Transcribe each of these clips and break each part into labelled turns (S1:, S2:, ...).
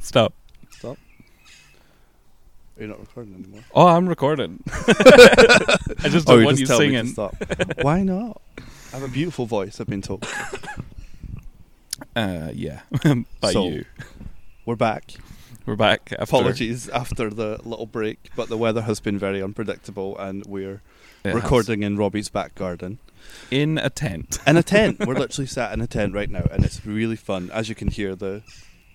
S1: Stop.
S2: Stop. You're not recording anymore.
S1: Oh, I'm recording. I just
S2: Oh,
S1: don't want Oh, you singing.
S2: stop. Why not? I have a beautiful voice. I've been told.
S1: Uh, yeah, by
S2: So-
S1: you.
S2: We're back.
S1: We're back. After,
S2: Apologies after the little break, but the weather has been very unpredictable, and we're
S1: It has-
S2: recording in Robbie's back garden
S1: in a tent.
S2: in a tent. we're literally sat in a tent right now, and it's really fun. As you can hear the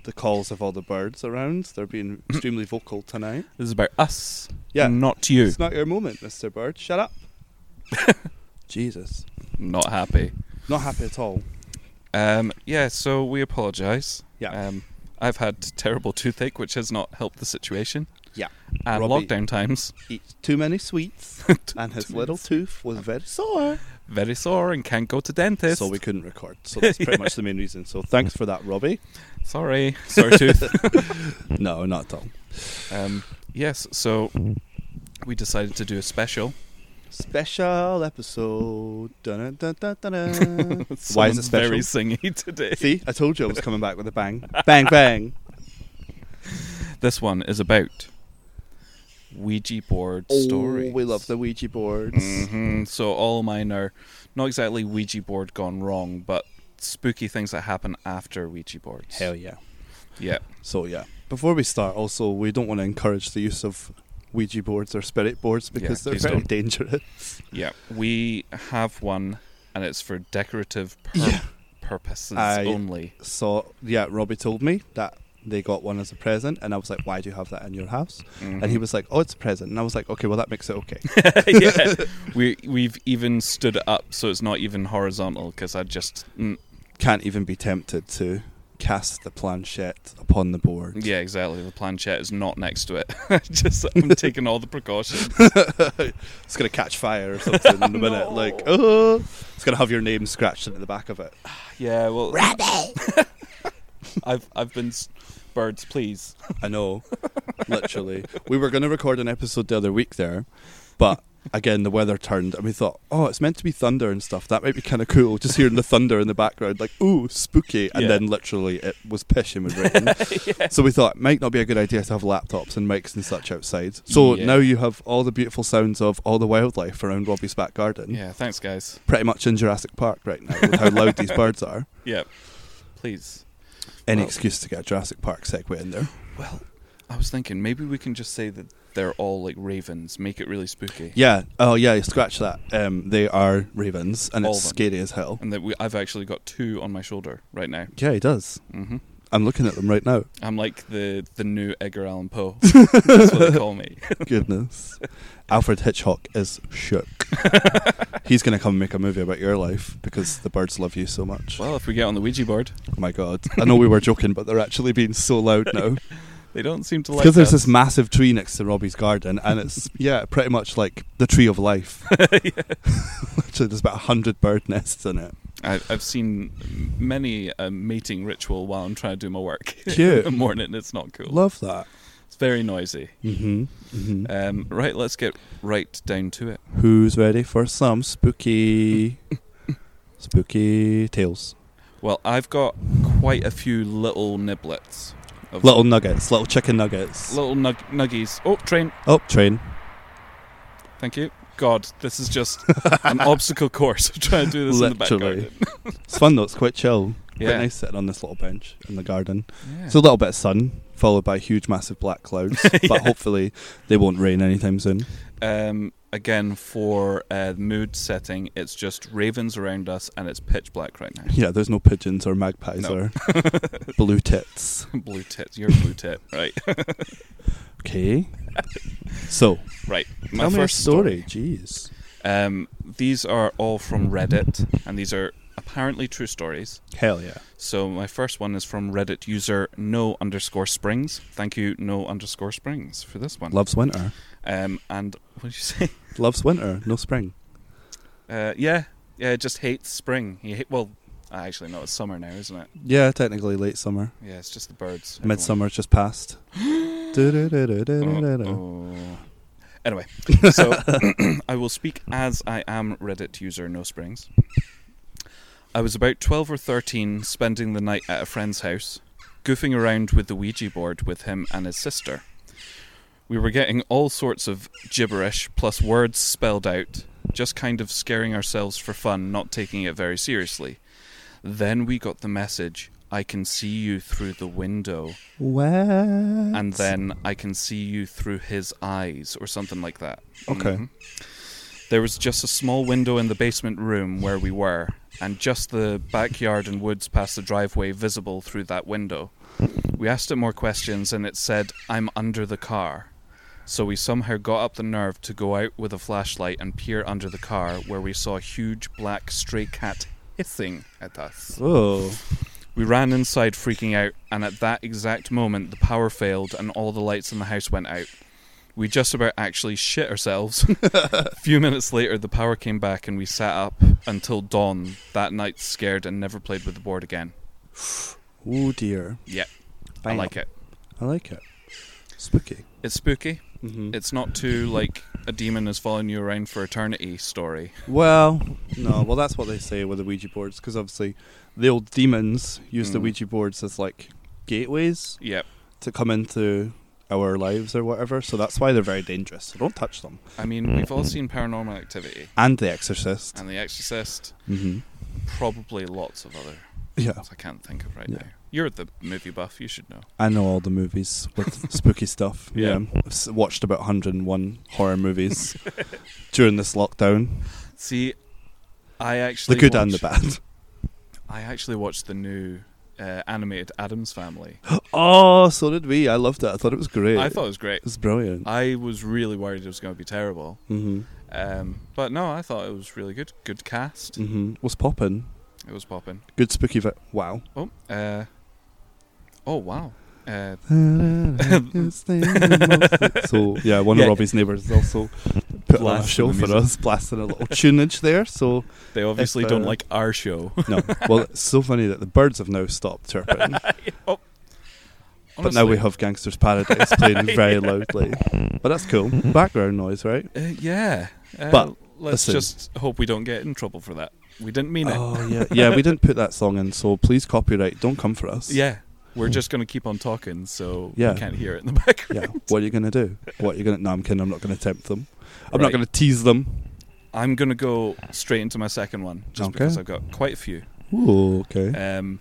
S2: the calls of all the birds around. They're being extremely vocal tonight.
S1: This is about us.
S2: Yeah.
S1: not you.
S2: It's not your moment, Mister Bird. Shut up. Jesus,
S1: Not happy.
S2: not happy at all.
S1: Um, yeah. So we apologise.
S2: Yeah.
S1: Um, I've had terrible toothache, which has not helped the situation.
S2: Yeah.
S1: And
S2: Robbie-
S1: lockdown times,
S2: eats too many sweets, and his
S1: too many
S2: little tooth was very sore.
S1: very sore and can't go to dentist.
S2: So we couldn't record. So that's pretty much the main reason. So thanks for that, Robbie.
S1: Sorry, sore tooth.
S2: No, not at all.
S1: Um, yes. So we decided to do a special.
S2: Special episode. Dun, dun, dun, dun, dun. Why is
S1: Someone's
S2: it special?
S1: Very singy today.
S2: See, I told you I was coming back with a bang. Bang, bang.
S1: This one is about Ouija board
S2: Story. Mm-hmm.
S1: stories.
S2: Oh, we love the Ouija boards.
S1: Mhm. So all mine are not exactly Ouija board gone wrong, but spooky things that happen after Ouija boards.
S2: Hell yeah.
S1: yeah.
S2: So yeah. Before we start, also, we don't want to encourage the use of Ouija boards or spirit boards
S1: Yeah,
S2: because they're
S1: please
S2: very
S1: don't.
S2: dangerous.
S1: Yeah. We have one, and it's for decorative pur-
S2: Yeah.
S1: purposes
S2: I-
S1: only.
S2: So yeah, Robbie told me that they got one as a present, and I was like, "Why do you have that in your house?" And he was like, "Oh, it's a present," and I was like, "Okay, well that makes it okay."
S1: yeah. Mm-hmm. We we've even stood it up, so it's not even horizontal because I just mm,
S2: Can't even be tempted to cast the planchette upon the board.
S1: yeah exactly the planchette is not next to it. just I'm taking all the precautions.
S2: It's gonna catch fire or something in a minute.
S1: No.
S2: Like, oh, it's gonna have your name scratched into the back of it.
S1: Yeah. Well. I've I've been s- birds. Please.
S2: I know, literally. We were gonna record an episode the other week there, but. Again, the weather turned, and we thought, "Oh, it's meant to be thunder and stuff. That might be kind of cool." Just hearing the thunder in the background, like, "Ooh, spooky!" And
S1: Yeah.
S2: then literally, it was pissing with rain. So we thought it might not be a good idea to have laptops and mics and such outside. So
S1: Yeah.
S2: now you have all the beautiful sounds of all the wildlife around Robbie's back garden.
S1: Yeah. Thanks, guys.
S2: Pretty much in Jurassic Park right now with how loud these birds are.
S1: Yeah. Please.
S2: Any
S1: Well-
S2: excuse to get a Jurassic Park segue in there.
S1: Well, I was thinking maybe we can just say that they're all like ravens. Make it really spooky.
S2: Yeah. Oh yeah, you scratch that. Um, they are ravens and
S1: All
S2: it's
S1: of them.
S2: scary as hell.
S1: And that we, I've actually got two on my shoulder right now.
S2: Yeah, he does.
S1: hmm
S2: I'm looking at them right now.
S1: I'm like the the new Edgar Allan Poe. That's what they call me.
S2: Goodness. Alfred Hitchcock is shook. He's gonna come and make a movie about your life because the birds love you so much.
S1: Well, if we get on the Ouija board,
S2: Oh my god. I know we were joking, but they're actually being so loud now.
S1: they don't seem to like.
S2: Because there's
S1: us.
S2: this massive tree next to Robbie's garden, and it's, yeah, pretty much like the tree of life. Literally, there's about 100 bird nests in it.
S1: I, I've seen many a mating ritual while I'm trying to do my work in
S2: Cute.
S1: the morning. It's not cool.
S2: Love that.
S1: It's very noisy.
S2: hmm hmm
S1: Um, right, let's get right down to it.
S2: Who's ready for some spooky, spooky tales?
S1: Well, I've got quite a few little niblets. Of
S2: Little nuggets, little chicken nuggets.
S1: little nug- nuggies. Oh, train.
S2: oh, train.
S1: Thank you. God, this is just an obstacle course. I'm trying to do this in the back
S2: Literally.
S1: garden.
S2: It's fun though, it's quite chill.
S1: Yeah.
S2: Quite nice sitting on this little bench in the garden.
S1: Yeah.
S2: It's a little bit of sun, followed by huge, massive black clouds, but hopefully they won't rain anytime soon.
S1: um, again, for uh, mood setting, it's just ravens around us and it's pitch black right now.
S2: Yeah, there's no pigeons or magpies
S1: No.
S2: or blue tits.
S1: blue tit. You're a blue tit, right?
S2: Okay. So,
S1: right. My
S2: tell me a
S1: first
S2: story. Jeez.
S1: Um, these are all from Reddit and these are apparently true stories.
S2: Hell yeah.
S1: So my first one is from Reddit user no underscore springs. Thank you, no underscore springs, for this one.
S2: Loves winter.
S1: Um, and what did you say?
S2: Loves winter. No spring.
S1: Uh, yeah, yeah, just hates spring. He hate, well, I actually no, it's summer now, isn't it?
S2: Yeah, technically late summer.
S1: Yeah, it's just the birds. everyone.
S2: Midsummer's just passed. Du-du-du-du-du-du-du.
S1: Oh, oh. Anyway, so I will speak as I am Reddit user No Springs. I was about 12 or 13 spending the night at a friend's house. goofing around with the Ouija board with him and his sister. We were getting all sorts of gibberish plus words spelled out, just kind of scaring ourselves for fun, not taking it very seriously. Then we got the message I can see you through the window,
S2: What?
S1: and then I can see you through his eyes, or something like that.
S2: Okay.
S1: Mhm. There was just a small window in the basement room where we were, and just the backyard and woods past the driveway visible through that window. We asked it more questions, and it said, I'm under the car. So we somehow got up the nerve to go out with a flashlight and peer under the car, where we saw a huge black stray cat hissing at us.
S2: Oh.
S1: We ran inside, freaking out, and at that exact moment, the power failed and all the lights in the house went out. We just about actually shit ourselves. a few minutes later, the power came back and we sat up until dawn that night, scared and never played with the board again.
S2: Oh dear.
S1: Yeah, I like it.
S2: I like it. Spooky.
S1: It's spooky.
S2: Mm-hmm.
S1: It's not too like a demon is following you around for eternity story.
S2: Well, no. Well, that's what they say with the Ouija boards, because obviously the old demons used the
S1: Mm.
S2: Ouija boards as like gateways
S1: Yep.
S2: to come into our lives or whatever. So that's why they're very dangerous. So don't touch them.
S1: I mean, we've all seen paranormal activity
S2: And The Exorcist.
S1: and The Exorcist,
S2: Mm-hmm.
S1: probably lots of other
S2: Yeah,
S1: ones I can't think of right
S2: Yeah.
S1: now. You're the movie buff, you should know.
S2: I know all the movies with spooky stuff. Um,
S1: Yeah.
S2: I've s- watched about 101 horror movies during this lockdown.
S1: See, I
S2: The
S1: actually
S2: good and the
S1: watched-
S2: bad.
S1: I actually watched the new uh, animated Adams Family.
S2: Oh, so did we. I loved it. I thought it was great.
S1: I thought it was great.
S2: it was brilliant.
S1: I was really worried it was going to be terrible,
S2: Mm-hmm.
S1: um, but no, I thought it was really good. Good cast.
S2: Mm-hmm. Was popping.
S1: It was popping.
S2: Good spooky. Vi- wow.
S1: Oh, uh, oh wow. Uh,
S2: so yeah, one
S1: Yeah.
S2: of Robbie's neighbours also put on a
S1: Blasting
S2: show
S1: the
S2: for
S1: music.
S2: us, blasting a little tunage there. So
S1: they obviously
S2: If, uh,
S1: don't like our show.
S2: no, well, it's so funny that the birds have now stopped chirping, but now we have Gangsters Paradise playing very loudly. But that's cool. Background noise, right?
S1: Uh, yeah, uh,
S2: But,
S1: let's
S2: listen.
S1: just hope we don't get in trouble for that. We didn't mean it.
S2: Oh yeah, yeah. We didn't put that song in, so please copyright. Don't come for us.
S1: Yeah, we're just going to keep on talking, so
S2: hmm. Yeah.
S1: you can't hear it in the background.
S2: Yeah. What are you gonna do? What are you gonna? No, I'm kidding. I'm not gonna tempt them. I'm not
S1: Right.
S2: gonna tease them.
S1: I'm gonna go straight into my second one, just
S2: Okay.
S1: because I've got quite a few.
S2: Ooh, okay.
S1: Um,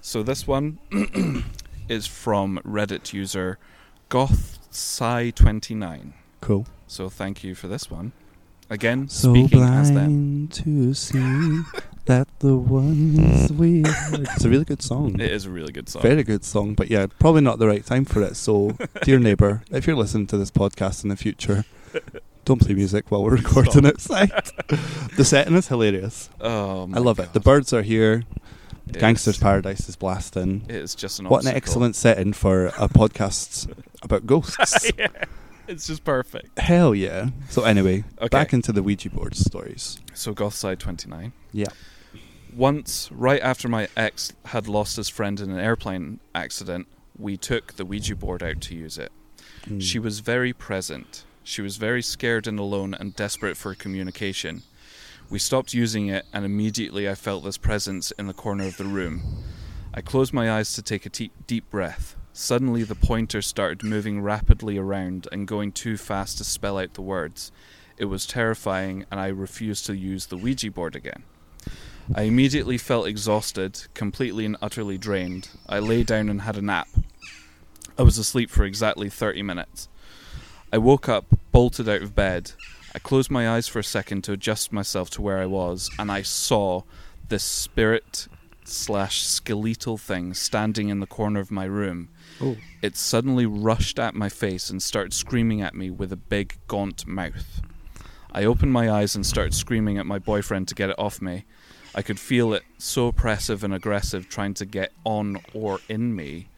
S1: so this one is from Reddit user gothsci29.
S2: Cool.
S1: So thank you for this one. Again,
S2: So
S1: speaking as them,
S2: blind to see that the ones we. It's a really good song.
S1: it is a really good song.
S2: Very good song, but yeah, probably not the right time for it. So, dear neighbour, if you're listening to this podcast in the future, don't play music while we're recording outside. the setting is hilarious.
S1: Oh, my
S2: I love it.
S1: God.
S2: The birds are here.
S1: It is-
S2: Gangsters Paradise is blasting.
S1: It is just an
S2: what an
S1: obstacle.
S2: excellent setting for a podcast about ghosts.
S1: It's just perfect.
S2: Hell yeah. So anyway,
S1: Okay.
S2: back into the Ouija board stories.
S1: So gothsci29.
S2: Yeah.
S1: Once, right after my ex had lost his friend in an airplane accident, we took the Ouija board out to use it.
S2: Mm.
S1: She was very present. She was very scared and alone and desperate for communication. We stopped using it, and immediately I felt this presence in the corner of the room. I closed my eyes to take a te- deep breath. Suddenly, the pointer started moving rapidly around and going too fast to spell out the words. It was terrifying, and I refused to use the Ouija board again. I immediately felt exhausted, completely and utterly drained. I lay down and had a nap. I was asleep for exactly 30 minutes. I woke up, bolted out of bed. I closed my eyes for a second to adjust myself to where I was, and I saw this spirit slash skeletal thing standing in the corner of my room.
S2: Oh.
S1: It suddenly rushed at my face and started screaming at me with a big, gaunt mouth. I opened my eyes and started screaming at my boyfriend to get it off me. I could feel it so oppressive and aggressive trying to get on or in me.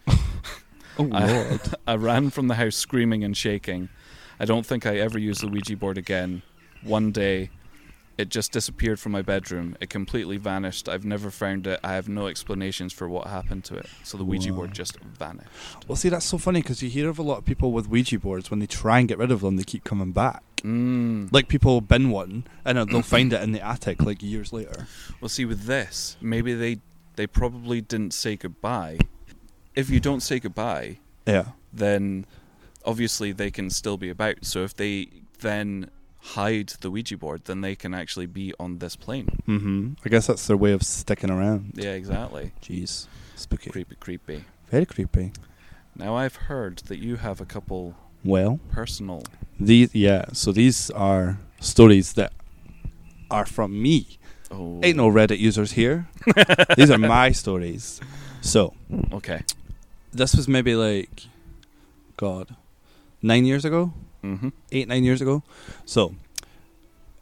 S2: Oh,
S1: I-
S2: Lord.
S1: I ran from the house screaming and shaking. I don't think I ever used the Ouija board again. One day, it just disappeared from my bedroom. It completely vanished. I've never found it. I have no explanations for what happened to it. So the Ouija
S2: Wow.
S1: board just vanished.
S2: Well, see, that's so funny because you hear of a lot of people with Ouija boards when they try and get rid of them, they keep coming back.
S1: Mm.
S2: Like people bin one and uh, they'll find it in the attic like years later.
S1: Well, see, with this, maybe they they probably didn't say goodbye. if you don't say goodbye,
S2: Yeah.
S1: then obviously they can still be about. So if they then hide the Ouija board, then they can actually be on this plane.
S2: Mm-hmm. I guess that's their way of sticking around.
S1: Yeah, exactly.
S2: Jeez. Spooky.
S1: Creepy, creepy.
S2: Very creepy.
S1: Now I've heard that you have a couple
S2: Well,
S1: personal.
S2: these yeah. So these are stories that are from me.
S1: Oh,
S2: Ain't no Reddit users here. these are my stories. So
S1: Okay.
S2: this was maybe like, God, nine years ago,
S1: Mm-hmm.
S2: eight nine years ago. So,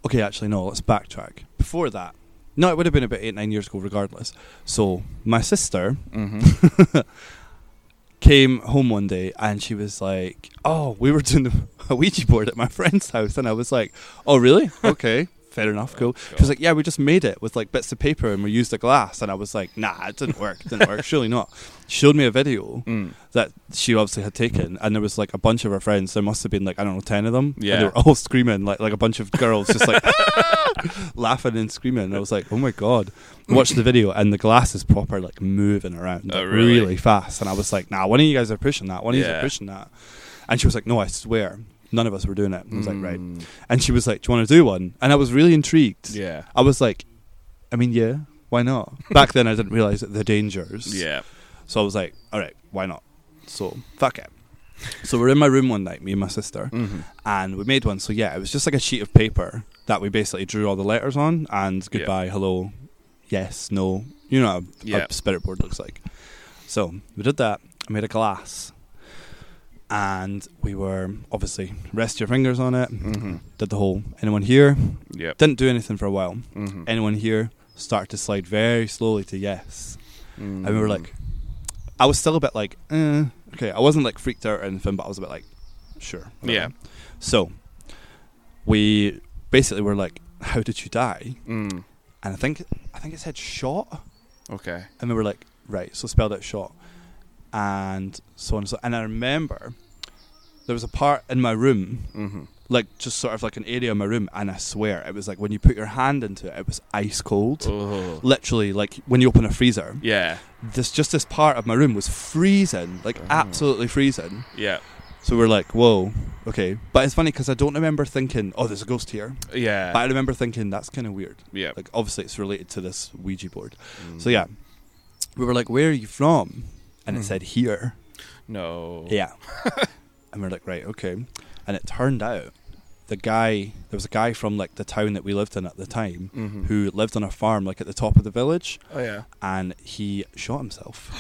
S2: okay, actually no, let's backtrack. Before that, no, it would have been about eight nine years ago, regardless. So my sister
S1: Mm-hmm.
S2: came home one day and she was like, "Oh, we were doing a Ouija board at my friend's house," and I was like, "Oh, really? Okay, fair enough, cool." She was like, "Yeah, we just made it with like bits of paper and we used a glass," and I was like, "Nah, it didn't work. It didn't work. Surely not." She showed me a video
S1: mm.
S2: that she obviously had taken, and there was like a bunch of her friends. There must have been like I don't know ten of them. and
S1: Yeah.
S2: they were all screaming like like a bunch of girls just like laughing and screaming. And I was like, oh my god! Watch the video, and the glass is proper like moving around
S1: Oh,
S2: like,
S1: really?
S2: fast. And I was like, nah, one of you guys are pushing that. One of you
S1: Yeah.
S2: are pushing that. And she was like, no, I swear, none of us were doing it. And I was like, right.
S1: Mm.
S2: And she was like, do you want to do one? And I was really intrigued.
S1: Yeah.
S2: I was like, I mean, yeah, why not? Back then, I didn't realize the dangers.
S1: Yeah.
S2: So I was like, all right, why not? So fuck it. So we're in my room one night, me and my sister,
S1: Mm-hmm.
S2: and we made one. So yeah, it was just like a sheet of paper that we basically drew all the letters on and
S1: Yeah.
S2: goodbye, hello, yes, no. You know what a,
S1: Yeah.
S2: a spirit board looks like. So we did that. I made a glass. And we were obviously rest your fingers on it.
S1: Mm-hmm.
S2: Did the whole anyone here?
S1: Yep.
S2: Didn't do anything for a while.
S1: Mm-hmm.
S2: Anyone here? Started to slide very slowly to yes.
S1: mm
S2: And we were like, I was still a bit like, eh. okay, I wasn't like freaked out or anything, but I was a bit like, sure.
S1: Yeah.
S2: So we basically were like, how did you die?
S1: Mm.
S2: And I think I think it said shot,
S1: Okay.
S2: and we were like, right, so spelled out shot, and so on and so. And I remember there was a part in my room,
S1: Mm-hmm.
S2: like just sort of like an area in my room, and I swear it was like when you put your hand into it, it was ice cold.
S1: Oh.
S2: Literally, like when you open a freezer,
S1: Yeah.
S2: this just this part of my room was freezing, like
S1: Oh.
S2: absolutely freezing.
S1: Yeah.
S2: So we're like, whoa, okay. But it's funny because I don't remember thinking, oh, there's a ghost here.
S1: Yeah.
S2: But I remember thinking that's kind of weird.
S1: yeah.
S2: Like obviously it's related to this Ouija board.
S1: Mm.
S2: So yeah, we were like, where are you from? And
S1: Mhm.
S2: it said here.
S1: No.
S2: Yeah. and we're like, right, okay. And it turned out the guy, there was a guy from like the town that we lived in at the time
S1: Mm-hmm.
S2: who lived on a farm like at the top of the village
S1: Oh yeah.
S2: and he shot himself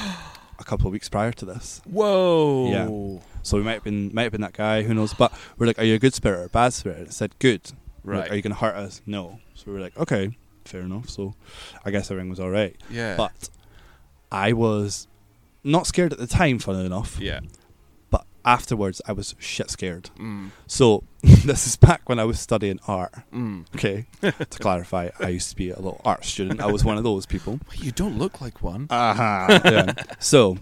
S2: a couple of weeks prior to this.
S1: Whoa.
S2: So we might have been might have been that guy, who knows? But we're like, are you a good spirit or a bad spirit? And it said good. We're like,
S1: Right.
S2: are you gonna hurt us? No. So we were like, okay, fair enough. So I guess everything was all right.
S1: yeah.
S2: But I was not scared at the time, funnily enough.
S1: yeah.
S2: But afterwards, I was shit scared.
S1: Mm.
S2: So this is back when I was studying art.
S1: Mm.
S2: Okay. to clarify, I used to be a little art student. I was one of those people.
S1: Wait, you don't look like one.
S2: Uh-huh. yeah. So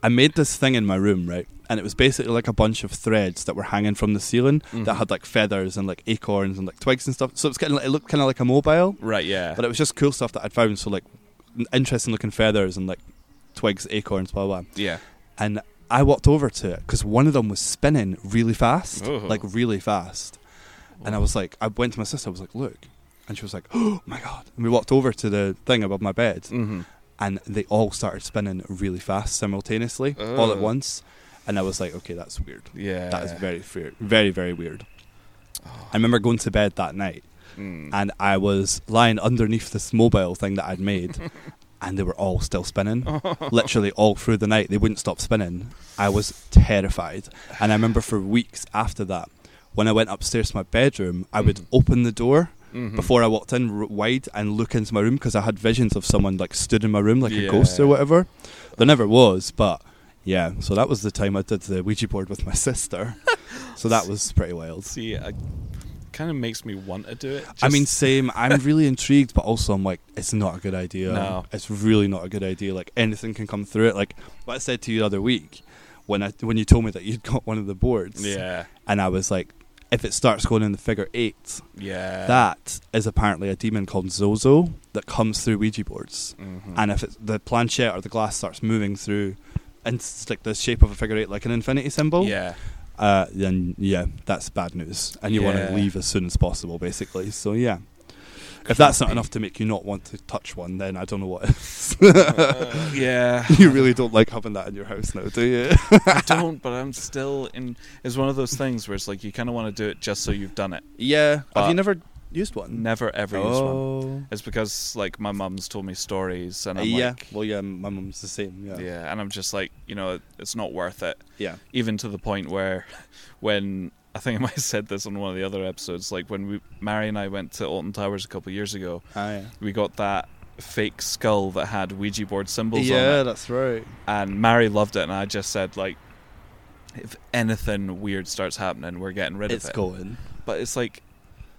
S2: I made this thing in my room, right? And it was basically like a bunch of threads that were hanging from the ceiling that
S1: Mhm.
S2: had like feathers and like acorns and like twigs and stuff. So it's kind of like, it looked kind of like a mobile,
S1: Right. Yeah.
S2: but it was just cool stuff that I'd found. So like n- interesting looking feathers and like twigs, acorns, blah blah.
S1: yeah.
S2: And I walked over to it because one of them was spinning really fast,
S1: Oh.
S2: like really fast. And I was like, I went to my sister. I was like, look, and she was like, oh my god. And we walked over to the thing above my bed,
S1: Mm-hmm.
S2: and they all started spinning really fast simultaneously, all at
S1: Ugh.
S2: once. And I was like, okay, that's weird.
S1: Yeah.
S2: That is very, fear- very, very weird. I remember going to bed that night,
S1: Mm.
S2: and I was lying underneath this mobile thing that I'd made, and they were all still spinning. Literally all through the night, they wouldn't stop spinning. I was terrified, and I remember for weeks after that, when I went upstairs to my bedroom, I would
S1: Mhm.
S2: open the door
S1: Mhm.
S2: before I walked in r- wide and look into my room because I had visions of someone like stood in my room like
S1: Yeah.
S2: a ghost or whatever. There never was, but yeah. So that was the time I did the Ouija board with my sister. so that was pretty wild.
S1: See, it kind of makes me want to do it.
S2: I mean,
S1: just-
S2: same. I'm really intrigued, but also I'm like, it's not a good idea.
S1: No.
S2: It's really not a good idea. Like anything can come through it. Like what I said to you the other week when I when you told me that you'd got one of the boards,
S1: yeah,
S2: and I was like, if it starts going in the figure eight,
S1: yeah.
S2: Uh, That is apparently a demon called Zozo that comes through Ouija boards.
S1: Mhm.
S2: And if it's, the planchette or the glass starts moving through in s- like the shape of a figure eight, like an infinity symbol,
S1: Yeah.
S2: uh, then yeah, that's bad news, and you want
S1: Yeah.
S2: to leave as soon as possible, basically. So yeah, if
S1: Could
S2: that's not
S1: be.
S2: enough to make you not want to touch one, then I don't know what is.
S1: Yeah.
S2: you really don't like having that in your house now, do you?
S1: I don't, but I'm still in. It's one of those things where it's like you kind of want to do it just so you've done it.
S2: yeah. Have
S1: But-
S2: you never used one?
S1: Never ever
S2: oh.
S1: use one. It's because like my mum's told me stories, and
S2: Uh,
S1: I'm
S2: yeah.
S1: like,
S2: well, yeah. My mum's the same. Yeah.
S1: yeah. and I'm just like, you know, it's not worth it.
S2: Yeah.
S1: Even to the point where, when I think I might have said this on one of the other episodes, like when we Mary and I went to Alton Towers a couple of years ago,
S2: Ah, yeah.
S1: we got that fake skull that had Ouija board symbols on it.
S2: Yeah, that's right.
S1: and Mary loved it, and I just said like, if anything weird starts happening, we're getting rid
S2: It's
S1: of it.
S2: going.
S1: But it's like,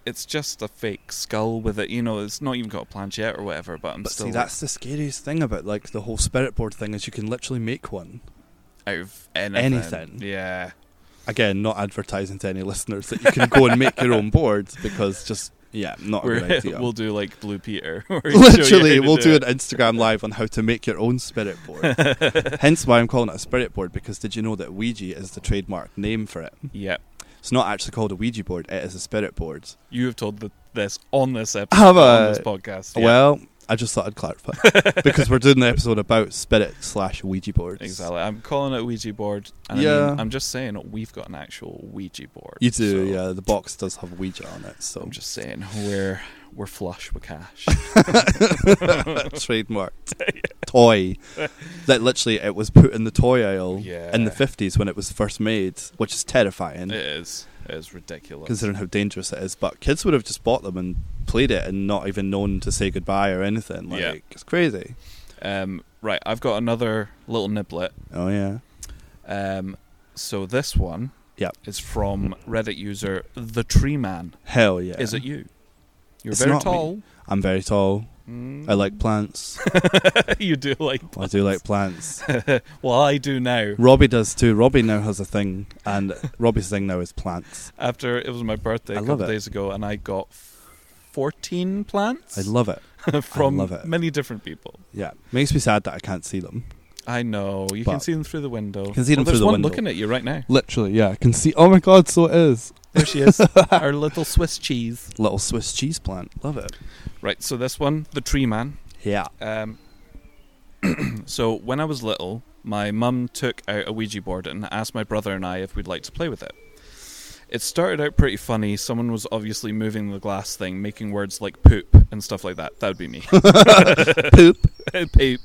S1: it's just a fake skull with it. You know, it's not even got a planchette or whatever. But I'm
S2: But
S1: still
S2: see, that's the scariest thing about like the whole spirit board thing is you can literally make one.
S1: out of anything.
S2: Anything.
S1: Yeah,
S2: Again, not advertising to any listeners that you can go and make your own board because just yeah, not a
S1: We're,
S2: good idea.
S1: we'll do like Blue Peter. where we show you how
S2: Literally,
S1: to
S2: we'll do
S1: it.
S2: an Instagram live on how to make your own spirit board. Hence why I'm calling it a spirit board because did you know that Ouija is the trademark name for it?
S1: Yeah,
S2: It's not actually called a Ouija board; it is a spirit board.
S1: you have told the, this on this episode
S2: Have
S1: on
S2: I?
S1: this podcast. Yeah,
S2: Well, I just thought I'd clarify because we're doing the episode about spirit slash Ouija boards.
S1: Exactly. I'm calling it Ouija board. And I
S2: Yeah.
S1: mean, I'm just saying we've got an actual Ouija board.
S2: You do,
S1: so-
S2: yeah. The box does have Ouija on it, so
S1: I'm just saying we're we're flush with cash.
S2: trademarked toy. That literally it was put in the toy aisle
S1: Yeah.
S2: in the fifties when it was first made, which is terrifying
S1: it is. It is ridiculous.
S2: considering how dangerous it is. But kids would have just bought them and played it and not even known to say goodbye or anything. Like
S1: Yeah.
S2: it's crazy.
S1: Um, right, I've got another little niblet.
S2: Oh yeah.
S1: Um, so this one
S2: Yep.
S1: is from Reddit user the Tree Man.
S2: Hell yeah.
S1: Is it you? You're
S2: It's
S1: very
S2: not me.
S1: tall.
S2: I'm very tall.
S1: Mm.
S2: I like plants.
S1: you do like.
S2: I do like plants.
S1: Well, I do now.
S2: Robbie does too. Robbie now has a thing, and Robbie's thing now is plants.
S1: After it was my birthday a
S2: I love
S1: couple
S2: it.
S1: days ago, and I got fourteen plants
S2: I love it.
S1: from
S2: love it.
S1: many different people.
S2: Yeah, makes me sad that I can't see them.
S1: I know you can
S2: But-
S1: see them through the window. Oh,
S2: Can see them through
S1: there's
S2: the
S1: one
S2: window.
S1: looking at you right now.
S2: Literally, yeah, I can see. Oh my god, so it is.
S1: There she is, our little Swiss cheese.
S2: Little Swiss cheese plant. Love it.
S1: Right, so this one, the tree man.
S2: Yeah.
S1: Um, so when I was little, my mum took out a Ouija board and asked my brother and I if we'd like to play with it. It started out pretty funny. Someone was obviously moving the glass thing, making words like poop and stuff like that. That would be me.
S2: Poop.
S1: poop.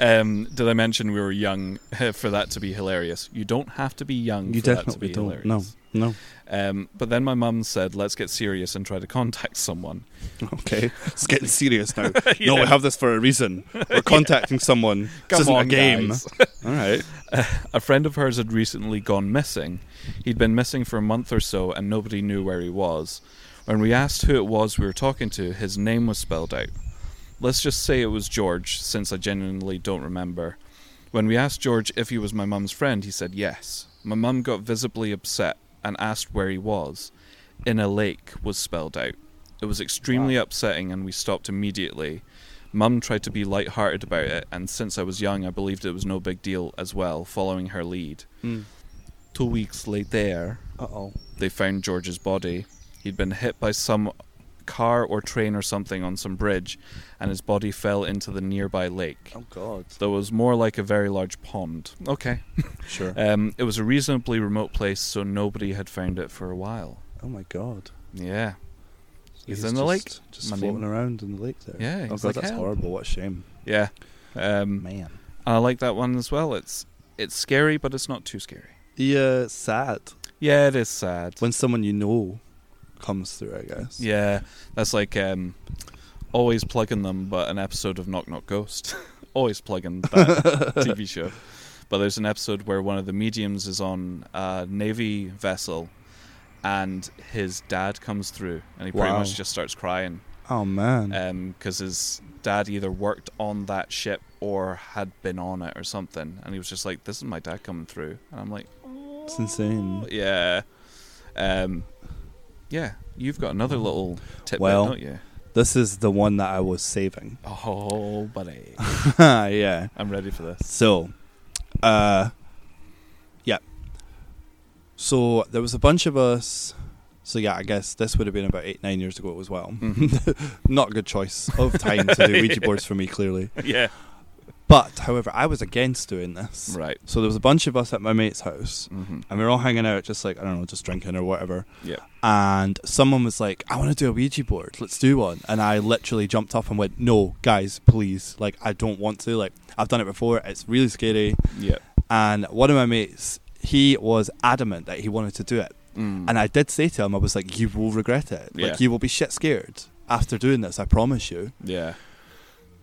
S1: Um, did I mention we were young for that to be hilarious? You don't have to be young
S2: You
S1: for that to
S2: definitely
S1: be
S2: don't.
S1: hilarious.
S2: No, no.
S1: Um, but then my mum said, let's get serious and try to contact someone.
S2: Okay, it's getting serious now. No,
S1: Yeah.
S2: we have this for a reason. We're contacting someone. This
S1: Come
S2: isn't
S1: on,
S2: a game.
S1: guys.
S2: All right.
S1: A friend of hers had recently gone missing. He'd been missing for a month or so, and nobody knew where he was. When we asked who it was we were talking to, his name was spelled out. Let's just say it was George, since I genuinely don't remember. When we asked George if he was my mum's friend, he said yes. My mum got visibly upset and asked where he was. In a lake was spelled out. It was extremely upsetting, and we stopped immediately. Mum tried to be light-hearted about it, and since I was young, I believed it was no big deal as well, following her lead. Two weeks later,
S2: Uh oh.
S1: they found George's body. He'd been hit by some car or train or something on some bridge, and his body fell into the nearby lake.
S2: Oh god.
S1: That was more like a very large pond. Okay.
S2: Sure.
S1: Um, it was a reasonably remote place, so nobody had found it for a while.
S2: oh my god.
S1: Yeah.
S2: So
S1: He's in the lake.
S2: Just, just
S1: My
S2: floating
S1: name-
S2: around in the lake there.
S1: Yeah,
S2: Oh
S1: he's
S2: god,
S1: like,
S2: that's
S1: "Help."
S2: horrible. What a shame.
S1: Yeah. Um,
S2: Man.
S1: I like that one as well. It's it's scary, but it's not too scary.
S2: Yeah, it's sad.
S1: Yeah, it is sad.
S2: When someone you know comes through, I guess.
S1: Yeah, that's like um, always plugging them, but an episode of Knock Knock Ghost. always plugging that TV show. But there's an episode where one of the mediums is on a Navy vessel and his dad comes through and he pretty
S2: Wow.
S1: much just starts crying
S2: Oh man.
S1: because Um, his dad either worked on that ship or had been on it or something. And he was just like, This is my dad coming through. And I'm like, "Oh,
S2: it's insane.
S1: Yeah. Um, yeah, you've got another little tidbit,
S2: Well,
S1: don't you?
S2: This is the one that I was saving.
S1: Oh, buddy.
S2: yeah.
S1: I'm ready for this.
S2: So, Uh, yeah. So there was a bunch of us. So yeah, I guess this would have been about eight, nine years ago as well.
S1: Hmm. Mm-hmm.
S2: Not a good choice of time to do Ouija boards for me, clearly.
S1: yeah.
S2: But however, I was against doing this.
S1: Right.
S2: So there was a bunch of us at my mate's house,
S1: hmm
S2: and we were all hanging out, just like I don't know, just drinking or whatever.
S1: Yeah.
S2: And someone was like, "I want to do a Ouija board. Let's do one." And I literally jumped up and went, "No, guys, please! Like, I don't want to. Like, I've done it before. It's really scary."
S1: Yeah.
S2: and one of my mates he was adamant that he wanted to do it
S1: Mm.
S2: and i did say to him i was like you will regret it
S1: Yeah.
S2: like you will be shit scared after doing this i promise you
S1: yeah.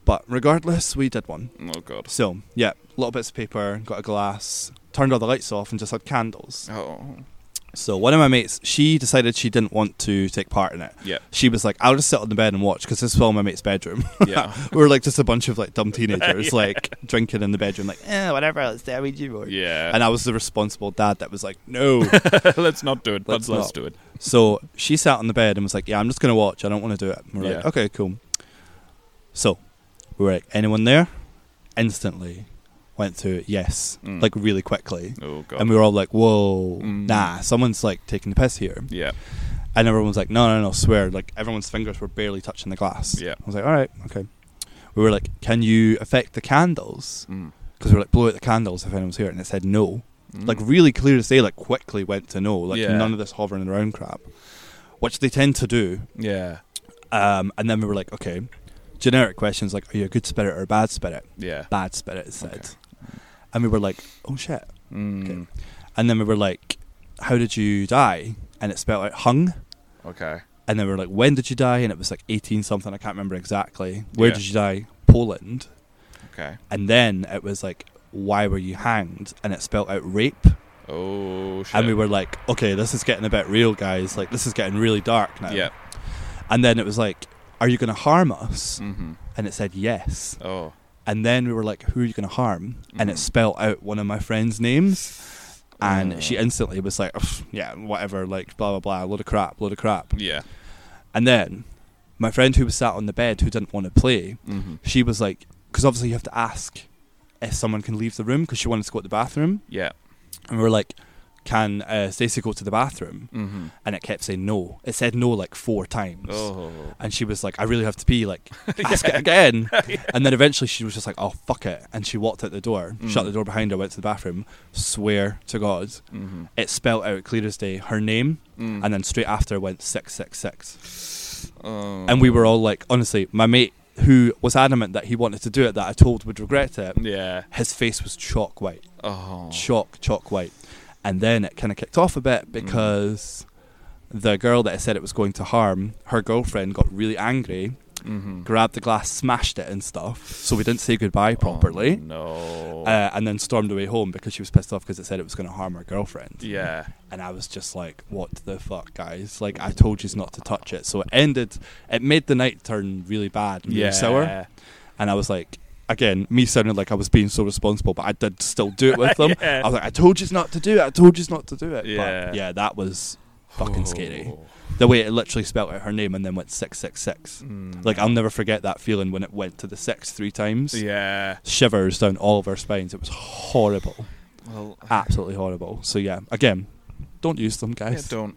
S2: but regardless we did one
S1: Oh god.
S2: so yeah little bits of paper got a glass turned all the lights off and just had candles
S1: Oh.
S2: so one of my mates she decided she didn't want to take part in it
S1: Yeah.
S2: she was like i'll just sit on the bed and watch because this is all my mate's bedroom
S1: Yeah.
S2: we were like just a bunch of like dumb teenagers like drinking in the bedroom like eh, whatever let's do a Ouija board
S1: yeah.
S2: and I was the responsible dad that was like, no.
S1: let's not do it.
S2: Let's
S1: Let's, let's
S2: not.
S1: do it.
S2: so she sat on the bed and was like, yeah, I'm just going to watch. I don't want to do it. And we're like,
S1: Yeah.
S2: okay, cool. So we were like, anyone there? Instantly went to yes,
S1: Mm.
S2: like really quickly.
S1: Oh god.
S2: And we were all like, whoa,
S1: Mm.
S2: nah, someone's like taking the piss here.
S1: yeah.
S2: And everyone was like, no, no, no, swear. Like everyone's fingers were barely touching the glass.
S1: Yeah.
S2: I was like, all right, okay. We were like, can you affect the candles?
S1: Mm.
S2: Because we were like, blow out the candles if anyone's here. And it said no.
S1: Mm.
S2: like really clear to say like quickly went to know like
S1: Yeah.
S2: none of this hovering around crap which they tend to do
S1: yeah.
S2: um, and then we were like okay generic questions like are you a good spirit or a bad spirit
S1: Yeah.
S2: bad spirit it said
S1: Okay.
S2: and we were like oh shit
S1: Mm.
S2: and then we were like how did you die and it spelled out hung
S1: Okay.
S2: and then we were like when did you die and it was like 18 something i can't remember exactly where
S1: Yeah.
S2: did you die poland
S1: Okay.
S2: and then it was like why were you hanged and it spelled out rape
S1: Oh shit.
S2: and we were like, okay, this is getting a bit real, guys. Like, this is getting really dark now.
S1: Yeah.
S2: And then it was like, are you going to harm us?
S1: Mm-hmm.
S2: And it said yes.
S1: Oh.
S2: And then we were like, who are you going to harm? And it
S1: Mhm.
S2: spelled out one of my friends' names. And
S1: Uh.
S2: she instantly was like, "Pff, yeah, whatever, like, blah, blah, blah, load of crap, load of crap.
S1: Yeah.
S2: And then my friend who was sat on the bed who didn't want to play,
S1: Mm-hmm.
S2: she was like, because obviously you have to ask if someone can leave the room because she wanted to go to the bathroom.
S1: Yeah.
S2: And we were like, can uh, Stacey go to the bathroom?
S1: Mm-hmm.
S2: and it kept saying no. It said no like four times.
S1: Oh.
S2: And she was like, I really have to pee, like, ask it again. And then eventually she was just like, oh, fuck it. And she walked out the door,
S1: Mm.
S2: shut the door behind her, went to the bathroom. Swear to God,
S1: Mm-hmm.
S2: it spelled out clear as day her name.
S1: Mm.
S2: And then straight after went 666.
S1: Oh.
S2: And we were all like, honestly, my mate who was adamant that he wanted to do it, that I told would regret it,
S1: Yeah.
S2: his face was chalk white.
S1: Oh.
S2: chalk, chalk white. And then it kind of kicked off a
S1: Mm-hmm.
S2: bit because the girl that I said it was going to harm, her girlfriend got really angry,
S1: Mm-hmm.
S2: grabbed the glass, smashed it and stuff. So we didn't say goodbye properly.
S1: Oh, no.
S2: Uh, and then stormed away home because she was pissed off because it said it was going to harm her girlfriend.
S1: yeah.
S2: And I was just like, what the fuck, guys? Like, I told you not to touch it. So it ended, it made the night turn really bad and really
S1: Yeah.
S2: sour. And I was like, again, me sounding like I was being so responsible, but I did still do it with them.
S1: Yeah.
S2: I was like, I told you not to do it. I told you not to do it.
S1: Yeah.
S2: But yeah, that was fucking scary.
S1: Oh.
S2: The way it literally spelled out her name and then went 666.
S1: Mm.
S2: Like, I'll never forget that feeling when it went to the six three times.
S1: Yeah.
S2: Shivers down all of our spines. It was horrible.
S1: Well.
S2: Absolutely horrible. So, yeah, again, don't use them,
S1: yeah,
S2: guys.
S1: don't.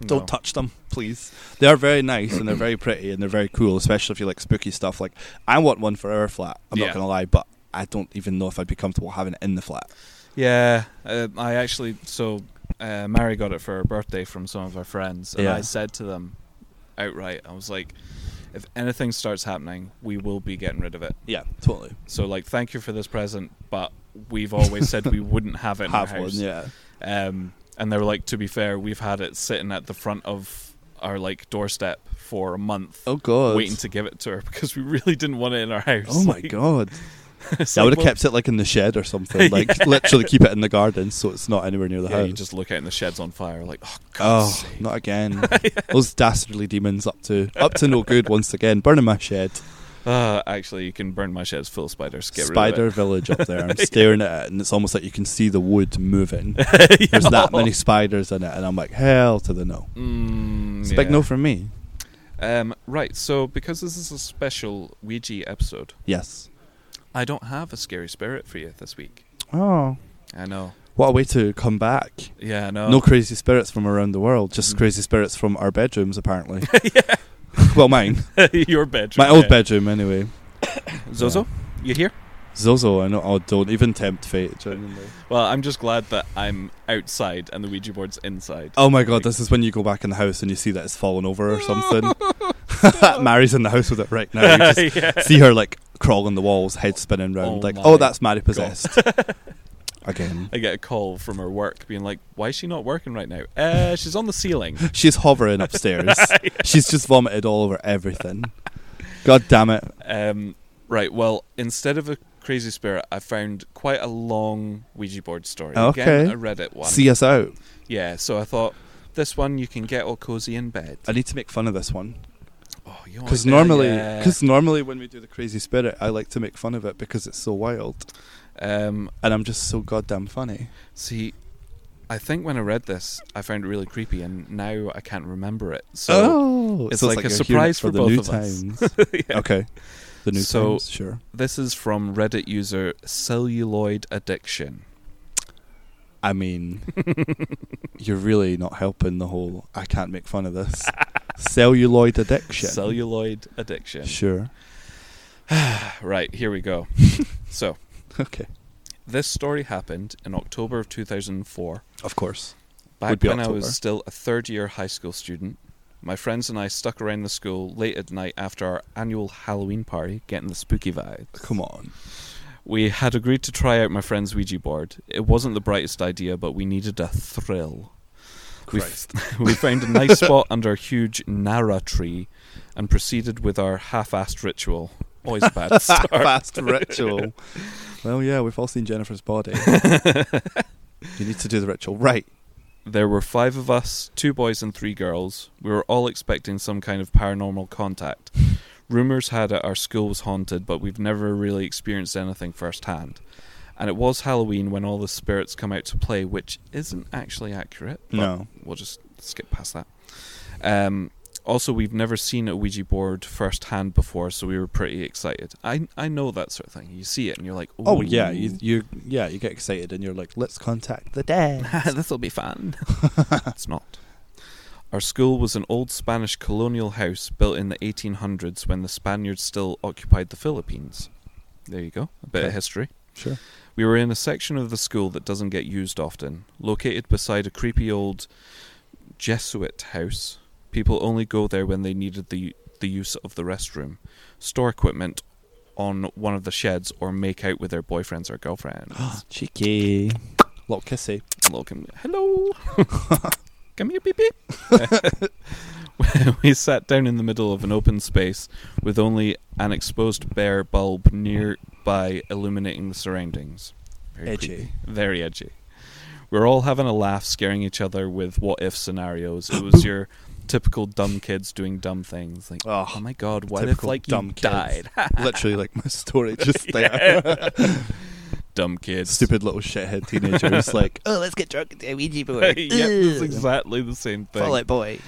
S2: Don't
S1: no.
S2: touch them, please. They are very nice and they're very pretty and they're very cool, especially if you like spooky stuff. Like I want one for our flat. I'm
S1: Yeah.
S2: not gonna lie, but I don't even know if I'd be comfortable having it in the flat.
S1: Yeah, uh, I actually so uh, Mary got it for her birthday from some of her friends, and
S2: Yeah.
S1: I said to them outright, I was like, "If anything starts happening, we will be getting rid of it."
S2: Yeah, totally.
S1: So like, thank you for this present, but we've always said we wouldn't have it in
S2: Have
S1: our
S2: one,
S1: house.
S2: yeah.
S1: Um, and they were like, "To be fair, we've had it sitting at the front of our like doorstep for a month."
S2: Oh god.
S1: Waiting to give it to her because we really didn't want it in our house.
S2: Oh my
S1: Like,
S2: god.
S1: it's
S2: I
S1: like,
S2: would have
S1: well,
S2: kept it like in the shed or something. Like literally keep it in the garden so it's not anywhere near the
S1: Yeah,
S2: house.
S1: you just look out and the shed's on fire. Like, oh god.
S2: Oh, not again. Those dastardly demons up to up to no good once again. Burning my shed.
S1: Uh, actually, you can burn my sheds full of spiders. Get
S2: Spider
S1: rid
S2: village up there. I'm staring at it and it's almost like you can see the wood moving.
S1: of it.
S2: There's that many spiders in it, and I'm like, hell to the no.
S1: Mm,
S2: It's a
S1: yeah.
S2: big no from me.
S1: Um, right, so because this is a special Ouija episode,
S2: Yes.
S1: I don't have a scary spirit for you this week.
S2: Oh,
S1: I know.
S2: what a way to come back.
S1: Yeah, I know.
S2: No crazy spirits from around the world, just
S1: Mm.
S2: crazy spirits from our bedrooms, apparently. well, mine.
S1: Your bedroom.
S2: My old
S1: yeah.
S2: bedroom, anyway.
S1: Zozo, you here?
S2: Zozo, I know. Oh, don't even tempt fate. genuinely.
S1: Well, I'm just glad that I'm outside and the Ouija board's inside.
S2: Oh my god, this is when you go back in the house and you see that it's fallen over or something. Mary's in the house with it right now. You just
S1: Yeah.
S2: see her like crawling the walls, head spinning round,
S1: Oh
S2: like,
S1: my
S2: oh, that's Mary possessed. Again.
S1: I get a call from her work being like, why is she not working right now? Uh, she's on the ceiling.
S2: She's hovering upstairs. She's just vomited all over everything. God damn it.
S1: Um, right, well, instead of a crazy spirit, I found quite a long Ouija board story. Again,
S2: Okay.
S1: a Reddit one.
S2: See us out.
S1: Yeah, so I thought, this one you can get all cozy in bed.
S2: I need to make fun of this one
S1: Oh, you
S2: because
S1: are-
S2: normally,
S1: yeah.
S2: because normally when we do the crazy spirit, I like to make fun of it because it's so wild,
S1: Um,
S2: and I'm just so goddamn funny.
S1: see, I think when I read this, I found it really creepy, and now I can't remember it. So
S2: So,
S1: Oh, it's
S2: so
S1: like a
S2: you're hearing
S1: surprise
S2: it
S1: for
S2: the
S1: both
S2: new
S1: of us.
S2: times. Oh. Okay, the new
S1: So-
S2: times, sure.
S1: this is from Reddit user Celluloid Addiction.
S2: I mean, you're really not helping the whole. I can't make fun of this celluloid addiction.
S1: Celluloid Addiction.
S2: Sure.
S1: Right, here we go. so,
S2: Okay.
S1: this story happened in October of 2004,
S2: Of course. Would
S1: back
S2: be
S1: when I
S2: October.
S1: was still a third year high school student. My friends and I stuck around the school late at night after our annual Halloween party, getting the spooky vibe.
S2: Come on.
S1: We had agreed to try out my friend's Ouija board. It wasn't the brightest idea, but we needed a thrill. We, f- we found a nice spot under a huge Nara tree and proceeded with our half assed ritual. Always a bad start.
S2: fast ritual. well, yeah, we've all seen Jennifer's body. you need to do the ritual right.
S1: There were five of us, two boys and three girls. We were all expecting some kind of paranormal contact. Rumours had it our school was haunted, but we've never really experienced anything firsthand. And it was Halloween when all the spirits come out to play, which isn't actually accurate. but
S2: No.
S1: We'll just skip past that. Um, also, we've never seen a Ouija board firsthand before, so we were pretty excited. I I know that sort of thing. You see it and you're like, Ooh,
S2: Oh yeah, you, you yeah you get excited and you're like, let's contact the dead.
S1: this will be fun. it's not. Our school was an old Spanish colonial house built in the 1800s when the Spaniards still occupied the Philippines. There you go, a bit of
S2: Okay.
S1: history.
S2: Sure.
S1: We were in a section of the school that doesn't get used often, located beside a creepy old Jesuit house. People only go there when they needed the the use of the restroom, store equipment on one of the sheds, or make out with their boyfriends or girlfriends.
S2: Cheeky. Little kissy.
S1: Welcome. Hello. Come here, beep beep. we sat down in the middle of an open space with only an exposed bare bulb nearby illuminating the surroundings. Very
S2: Edgy.
S1: creepy. Very edgy. We We're all having a laugh, scaring each other with what if scenarios. It was your typical dumb kids doing dumb things. Like,
S2: Oh,
S1: oh, my god, what if
S2: typical
S1: like
S2: dumb
S1: you
S2: kids.
S1: died?
S2: Literally like my story just there.
S1: Yeah. dumb kids.
S2: Stupid little shithead teenager who's like,
S3: Oh, let's get drunk and do a Ouija
S1: yeah,
S3: board.
S1: it's
S3: Ugh.
S1: exactly the same thing.
S3: Fall Out Boy.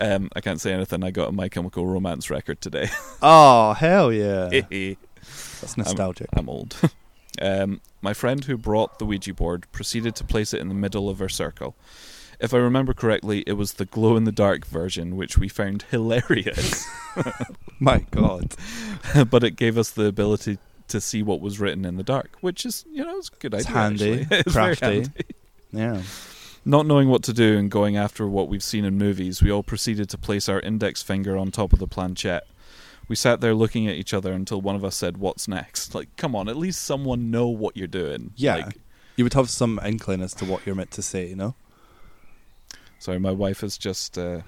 S1: Um, I can't say anything. I got a My Chemical Romance record today.
S2: oh hell yeah, that's
S1: I'm-
S2: nostalgic.
S1: I'm old. Um, my friend who brought the Ouija board proceeded to place it in the middle of her circle. If I remember correctly, it was the glow in the dark version, which we found hilarious,
S2: My God,
S1: but it gave us the ability to see what was written in the dark, which is, you know, it's a good
S2: It's
S1: idea.
S2: handy,
S1: actually. it's very
S2: crafty.
S1: handy.
S2: yeah.
S1: Not knowing what to do and going after what we've seen in movies, we all proceeded to place our index finger on top of the planchette. We sat there looking at each other until one of us said, "What's next?" Like, come on, at least someone know what you're doing.
S2: Yeah.
S1: Like,
S2: You would have some inkling as to what you're meant to say, you know?
S1: sorry, my wife has just uh,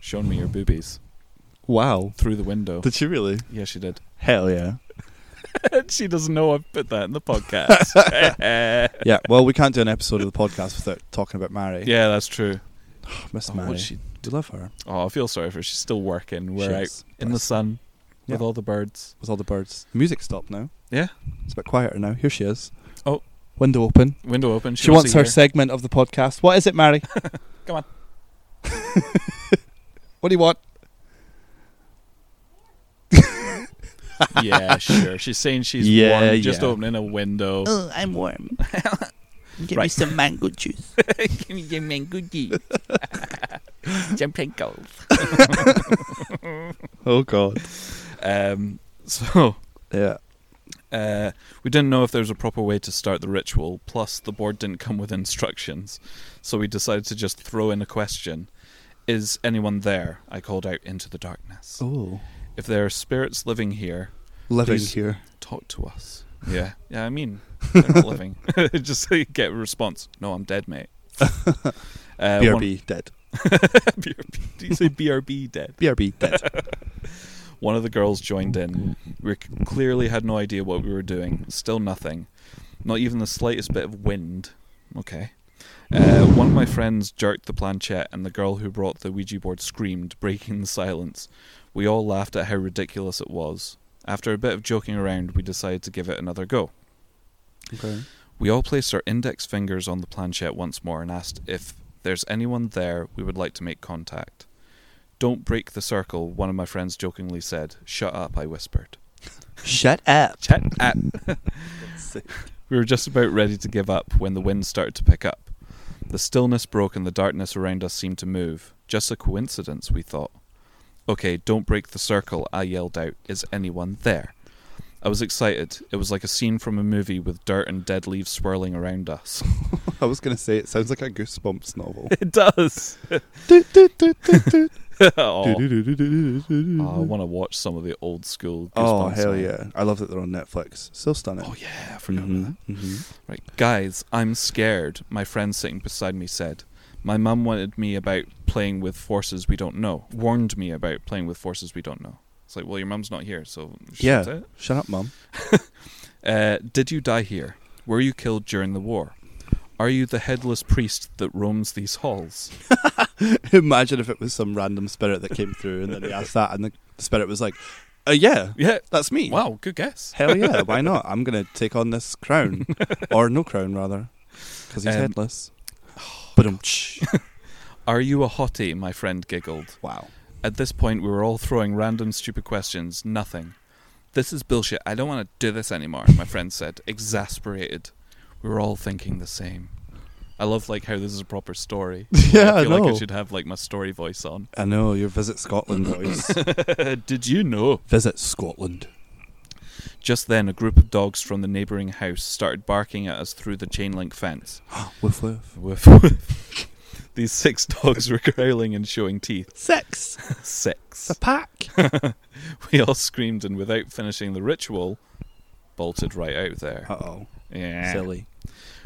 S1: shown me her boobies
S2: Wow.
S1: through the window.
S2: Did she really?
S1: yeah, she did.
S2: Hell yeah.
S1: she doesn't know I've put that in the podcast.
S2: yeah. Well, we can't do an episode of the podcast without talking about Mary.
S1: yeah, that's true.
S2: Miss
S1: Oh,
S2: Mary.
S1: what's she?
S2: Do you love her?
S1: Oh, I feel sorry for her. She's still working. We're
S2: She
S1: out
S2: is.
S1: in the
S2: Bless.
S1: sun with
S2: Yeah.
S1: all the birds.
S2: with all the birds. The music stopped now.
S1: Yeah.
S2: It's a bit quieter now. Here she is.
S1: Oh.
S2: Window open.
S1: Window open. She,
S2: She, wants her
S1: to hear.
S2: segment of the podcast. What is it, Mary?
S1: Come on.
S2: what do you want?
S1: yeah, sure. She's saying she's
S2: Yeah,
S1: warm, just
S2: yeah.
S1: opening a window.
S3: Oh, I'm warm. Give me
S1: Right.
S3: some mango juice.
S4: Give me your mango juice. Jump and go.
S2: Oh god.
S1: Um, so
S2: Yeah.
S1: uh, we didn't know if there was a proper way to start the ritual. Plus, the board didn't come with instructions, so we decided to just throw in a question: "Is anyone there?" I called out into the darkness.
S2: Oh.
S1: If there are spirits living here,
S2: Living
S1: Please.
S2: here.
S1: talk to us. Yeah, yeah. I mean, they're not living. Just so you get a response. No, I'm dead, mate. Uh,
S2: BRB
S1: one-
S2: dead.
S1: BRB. Do you say BRB dead?
S2: BRB dead.
S1: One of the girls joined in. We c- clearly had no idea what we were doing. Still nothing. Not even the slightest bit of wind. Okay. Uh, one of my friends jerked the planchette, and the girl who brought the Ouija board screamed, breaking the silence. We all laughed at how ridiculous it was. After a bit of joking around, we decided to give it another go.
S2: okay.
S1: We all placed our index fingers on the planchette once more and asked if there's anyone there we would like to make contact. Don't break the circle, one of my friends jokingly said. Shut up, I whispered.
S2: Shut up.
S1: Chat at. we were just about ready to give up when the wind started to pick up. The stillness broke and the darkness around us seemed to move. Just a coincidence, we thought. Okay, don't break the circle, I yelled out. Is anyone there? I was excited. It was like a scene from a movie with dirt and dead leaves swirling around us.
S2: I was gonna say it sounds like a goosebumps novel.
S1: It does.
S2: Do, do, do, do, do.
S1: oh,
S2: Do, do, do, do, do, do, do.
S1: I want to watch some of the old school.
S2: Oh
S1: Goosebumps
S2: hell
S1: now.
S2: yeah! I love that they're on Netflix. So stunning.
S1: Oh yeah, I forgot about that.
S2: hmm
S1: Right, guys, I'm scared. My friend sitting beside me said, "My mum wanted me about playing with forces we don't know. Warned me about playing with forces we don't know." It's like, well, your mum's not here, so shut
S2: Yeah.
S1: it.
S2: Shut up, mum.
S1: Uh, did you die here? Were you killed during the war? Are you the headless priest that roams these halls?
S2: Imagine if it was some random spirit that came through and then they asked that, and the the spirit was like, uh, "Yeah,
S1: Yeah.
S2: that's me."
S1: Wow, good guess.
S2: Hell yeah! Why not? I'm gonna take on this crown, or no crown rather, because he's
S1: Um,
S2: headless. But um,
S1: Are you a hottie? My friend giggled.
S2: wow.
S1: At this point, we were all throwing random, stupid questions. Nothing. This is bullshit. I don't want to do this anymore, my friend said, exasperated. We were all thinking the same. I love like how this is a proper story.
S2: Yeah,
S1: I
S2: I
S1: feel like
S2: know.
S1: I should have like my story voice on.
S2: I know your visit Scotland voice.
S1: Did you know?
S2: visit Scotland.
S1: Just then, a group of dogs from the neighbouring house started barking at us through the chain link fence.
S2: Woof woof.
S1: Woof, woof. These six dogs were growling and showing teeth.
S2: Six.
S1: Six.
S2: The pack.
S1: We all screamed and, without finishing the ritual, bolted right out there.
S2: Uh oh.
S1: Yeah.
S2: Silly.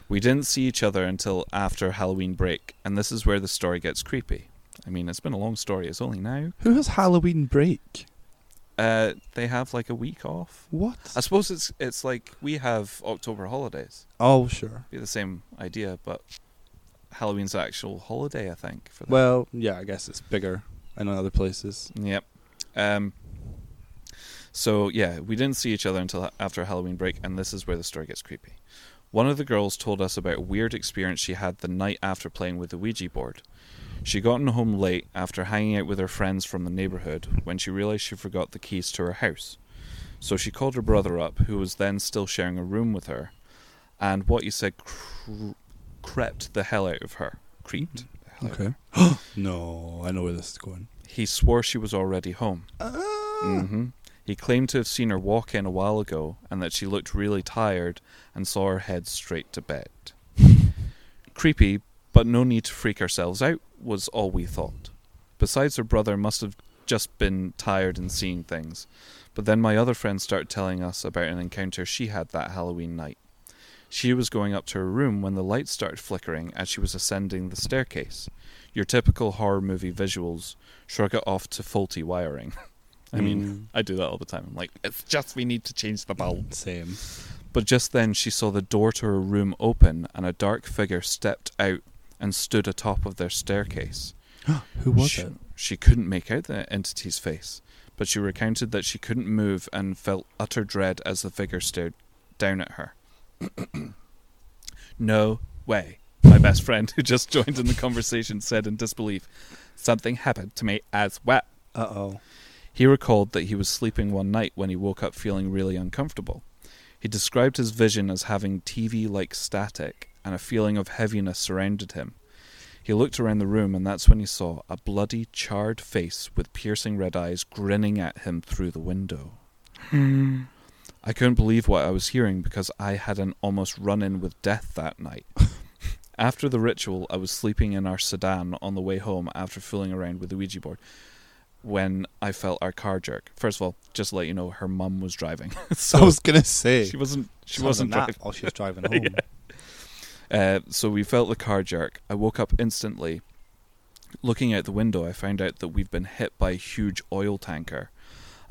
S1: We didn't see each other until after Halloween break, and this is where the story gets creepy. I mean, it's been a long story. It's only now.
S2: Who has Halloween break?
S1: Uh, they have like a week off.
S2: What?
S1: I suppose it's it's like we have October holidays.
S2: Oh sure.
S1: Be the same idea, but Halloween's an actual holiday, I think. For them.
S2: Well, yeah. I guess it's bigger in other places.
S1: Yep. Um. So yeah, we didn't see each other until after Halloween break, and this is where the story gets creepy. One of the girls told us about a weird experience she had the night after playing with the Ouija board. She gotten home late after hanging out with her friends from the neighborhood when she realized she forgot the keys to her house. So she called her brother up, who was then still sharing a room with her, and what he said cre- crept the hell out of her. Creeped. Mm-hmm. the hell out of her.
S2: no, I know where this is going.
S1: He swore she was already home. hmm He claimed to have seen her walk in a while ago and that she looked really tired and saw her head straight to bed. Creepy, but no need to freak ourselves out, was all we thought. Besides, her brother must have just been tired and seeing things. But then my other friend started telling us about an encounter she had that Halloween night. She was going up to her room when the lights started flickering as she was ascending the staircase. Your typical horror movie visuals shrug it off to faulty wiring. I mean, I do that all the time. I'm like, it's just we need to change the bulb.
S2: Mm. Same.
S1: But just then she saw the door to her room open and a dark figure stepped out and stood atop of their staircase.
S2: Who was
S1: she,
S2: it?
S1: she couldn't make out the entity's face, but she recounted that she couldn't move and felt utter dread as the figure stared down at her. no way. My best friend, who just joined in the conversation, said in disbelief, Something happened to me as well.
S2: Uh oh.
S1: He recalled that he was sleeping one night when he woke up feeling really uncomfortable. He described his vision as having TV like static, and a feeling of heaviness surrounded him. He looked around the room, and that's when he saw a bloody, charred face with piercing red eyes grinning at him through the window. I couldn't believe what I was hearing because I had an almost run in with death that night. after the ritual, I was sleeping in our sedan on the way home after fooling around with the Ouija board when I felt our car jerk. First of all, just to let you know, her mum was driving. so
S2: I was gonna say
S1: she wasn't she
S5: Sounds
S1: wasn't
S5: like
S1: driving.
S5: that while she was driving home.
S1: Uh, so we felt the car jerk. I woke up instantly. Looking out the window, I found out that we've been hit by a huge oil tanker.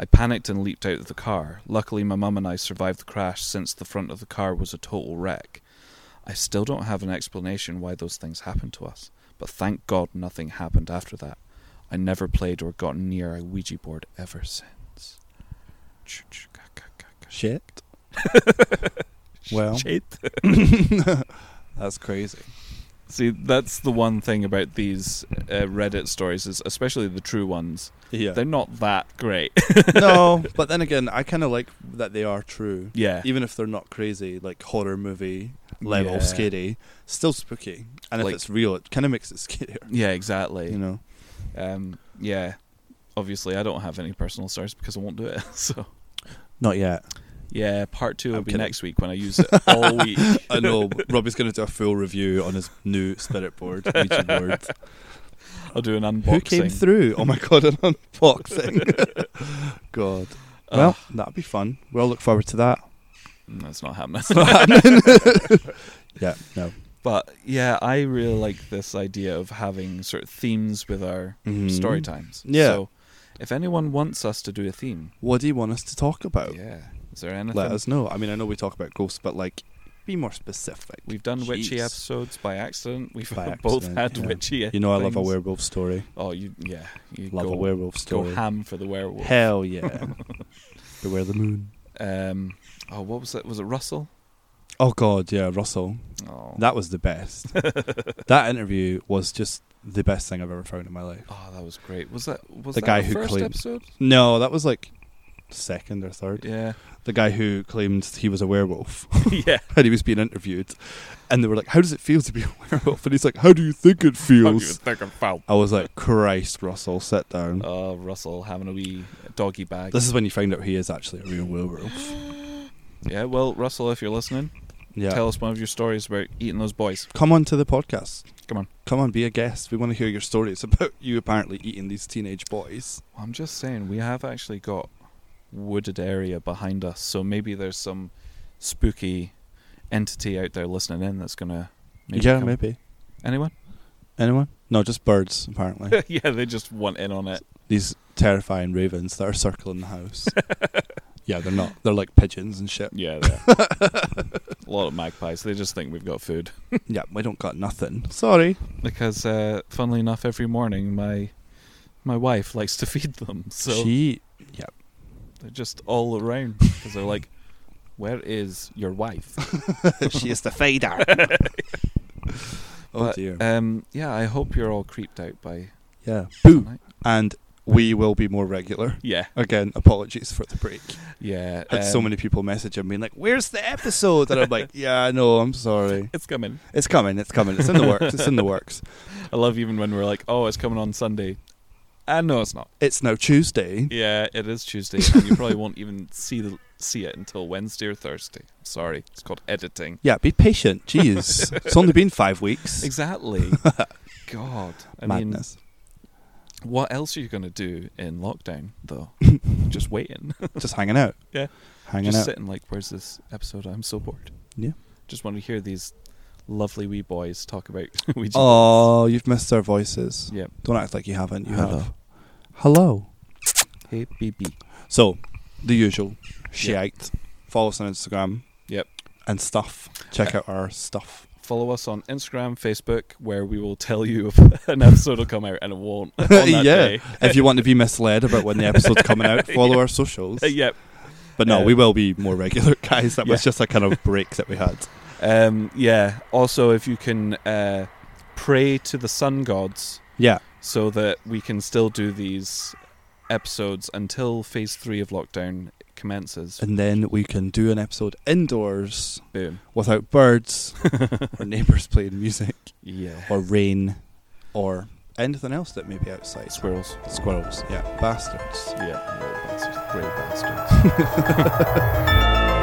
S1: I panicked and leaped out of the car. Luckily, my mum and I survived the crash since the front of the car was a total wreck. I still don't have an explanation why those things happened to us, but thank God nothing happened after that. I never played or got near a Ouija board ever since.
S5: Shit.
S2: Well, that's crazy.
S1: See, that's the one thing about these uh, Reddit stories is, especially the true ones,
S2: Yeah.
S1: they're not that great.
S2: no, but then again, I kind of like that they are true,
S1: yeah,
S2: even if they're not crazy, like horror movie level
S1: Yeah.
S2: scary. Still spooky, and
S1: Like-
S2: if it's real, it kind of makes it scarier.
S1: yeah, exactly.
S2: You know,
S1: Um, yeah, obviously, I don't have any personal stories because I won't do it. So,
S5: Not yet.
S1: yeah, part two will
S2: I'm
S1: be
S2: kidding.
S1: next week when I use it all week.
S2: I know Robbie's going to do a full review on his new spirit board, Ouija board.
S1: I'll do an unboxing.
S2: Who came through? Oh my god, an unboxing! god, Ah.
S1: Ugh,
S2: well, that'd be fun. We'll look forward to that.
S1: Mm, that's not happening.
S2: Yeah, no.
S1: but yeah, I really like this idea of having sort of themes with our
S2: Mm-hmm. Mm.
S1: story times.
S2: Yeah.
S1: So, if anyone wants us to do a theme,
S2: What do you want us to talk about?
S1: yeah, is there anything?
S2: Oh. Let us know. I mean, I know we talk about ghosts, but like, be more specific.
S1: We've done witchy
S2: Jeez.
S1: episodes by accident. We've
S2: By
S1: both
S2: accident,
S1: had
S2: yeah.
S1: witchy.
S2: You know, I love a
S1: things.
S2: werewolf story.
S1: Oh, you yeah, you
S2: Love
S1: go,
S2: a werewolf
S1: go
S2: story.
S1: ham for the werewolf.
S2: Hell yeah! Beware the moon.
S1: Um, oh, what was it? Was it Russell?
S2: Oh god, yeah, Russell.
S1: Oh,
S2: That was the best. that interview was just the best thing I've ever found in my life.
S1: oh, that was great. Was that was
S2: The
S1: that
S2: guy
S1: the
S2: who
S1: first
S2: claimed-
S1: episode?
S2: No, that was like second or third.
S1: Yeah,
S2: The guy who claimed he was a werewolf
S1: yeah.
S2: and he was being interviewed, and they were like, "How does it feel to be a werewolf?" And he's like, "How do you think it feels?" I was like, "Christ, Russell, sit down."
S1: Oh, Russell having a wee doggy bag.
S2: Mm. This is when you find out he is actually a real werewolf.
S1: Yeah, well, Russell, if you're listening,
S2: Yeah.
S1: tell us one of your stories about eating those boys.
S2: come on to the podcast.
S1: Come on.
S2: Come on, be a guest. We want to hear your stories about you apparently eating these teenage boys.
S1: Well, I'm just saying, we have actually got wooded area behind us, so maybe there's some spooky entity out there listening in that's gonna. Maybe
S2: yeah,
S1: come-
S2: maybe.
S1: Anyone?
S2: Anyone? No, just birds, apparently.
S1: yeah, they just want in on it.
S2: these terrifying ravens that are circling the house. yeah, they're not. They're like pigeons and shit.
S1: Yeah, they are. a lot of magpies. They just think we've got food.
S2: Yeah, we don't got nothing. Sorry.
S1: Because, uh, funnily enough, every morning my my wife likes to feed them. So
S2: she.
S1: they're just all around because they're like, "Where is your wife?"
S2: she is the.
S3: fader.
S2: Oh
S1: But,
S2: dear.
S1: Um, yeah, I hope you're all creeped out by.
S2: yeah. Boo.
S1: tonight.
S2: And we will be more regular.
S1: Yeah,
S2: Again, apologies for the break.
S1: yeah.
S2: Had so
S1: um,
S2: many people message him being like, "Where's the episode?" And I'm like, "Yeah, I know. I'm sorry.
S1: It's coming.
S2: It's coming. It's coming. It's in the works. It's in the works.
S1: I love even when we're like, "Oh, it's coming on Sunday," and no, it's not.
S2: It's now Tuesday.
S1: Yeah, it is Tuesday, and you probably won't even see the see it until Wednesday or Thursday. Sorry, it's called editing.
S2: Yeah, be patient. Jeez, it's only been five weeks.
S1: Exactly. God, I
S2: Madness.
S1: mean, what else are you going to do in lockdown though? Just waiting,
S2: Just hanging out.
S1: Yeah.
S2: hanging
S1: just
S2: out.
S1: sitting like, where's this episode? I'm so bored.
S2: Yeah.
S1: Just want to hear these lovely wee boys talk about Ouija. boards.
S2: Oh, you've missed their voices.
S1: Yep.
S2: Don't act like you haven't. You
S1: Hello.
S2: have. Hello.
S1: Hey, BB.
S2: So, the usual shite. Follow us on Instagram.
S1: Yep.
S2: And stuff. Check out our stuff.
S1: Follow us on Instagram, Facebook, where we will tell you if an episode will come out and it won't. On that
S2: Yeah.
S1: Day.
S2: if you want to be misled about when the episode's coming out, follow our socials.
S1: Uh, yep.
S2: But no,
S1: Uh,
S2: we will be more regular, guys. That was
S1: yeah.
S2: just a kind of break that we had.
S1: Um, yeah. Also, if you can uh, pray to the sun gods
S2: Yeah.
S1: so that we can still do these episodes until phase three of lockdown commences.
S2: And then we can do an episode indoors
S1: Boom.
S2: without birds or neighbours playing music
S1: Yeah.
S2: or rain or anything else that may be outside.
S1: Squirrels.
S2: Squirrels, yeah. Bastards.
S1: Yeah. Little bastards. Grey bastards.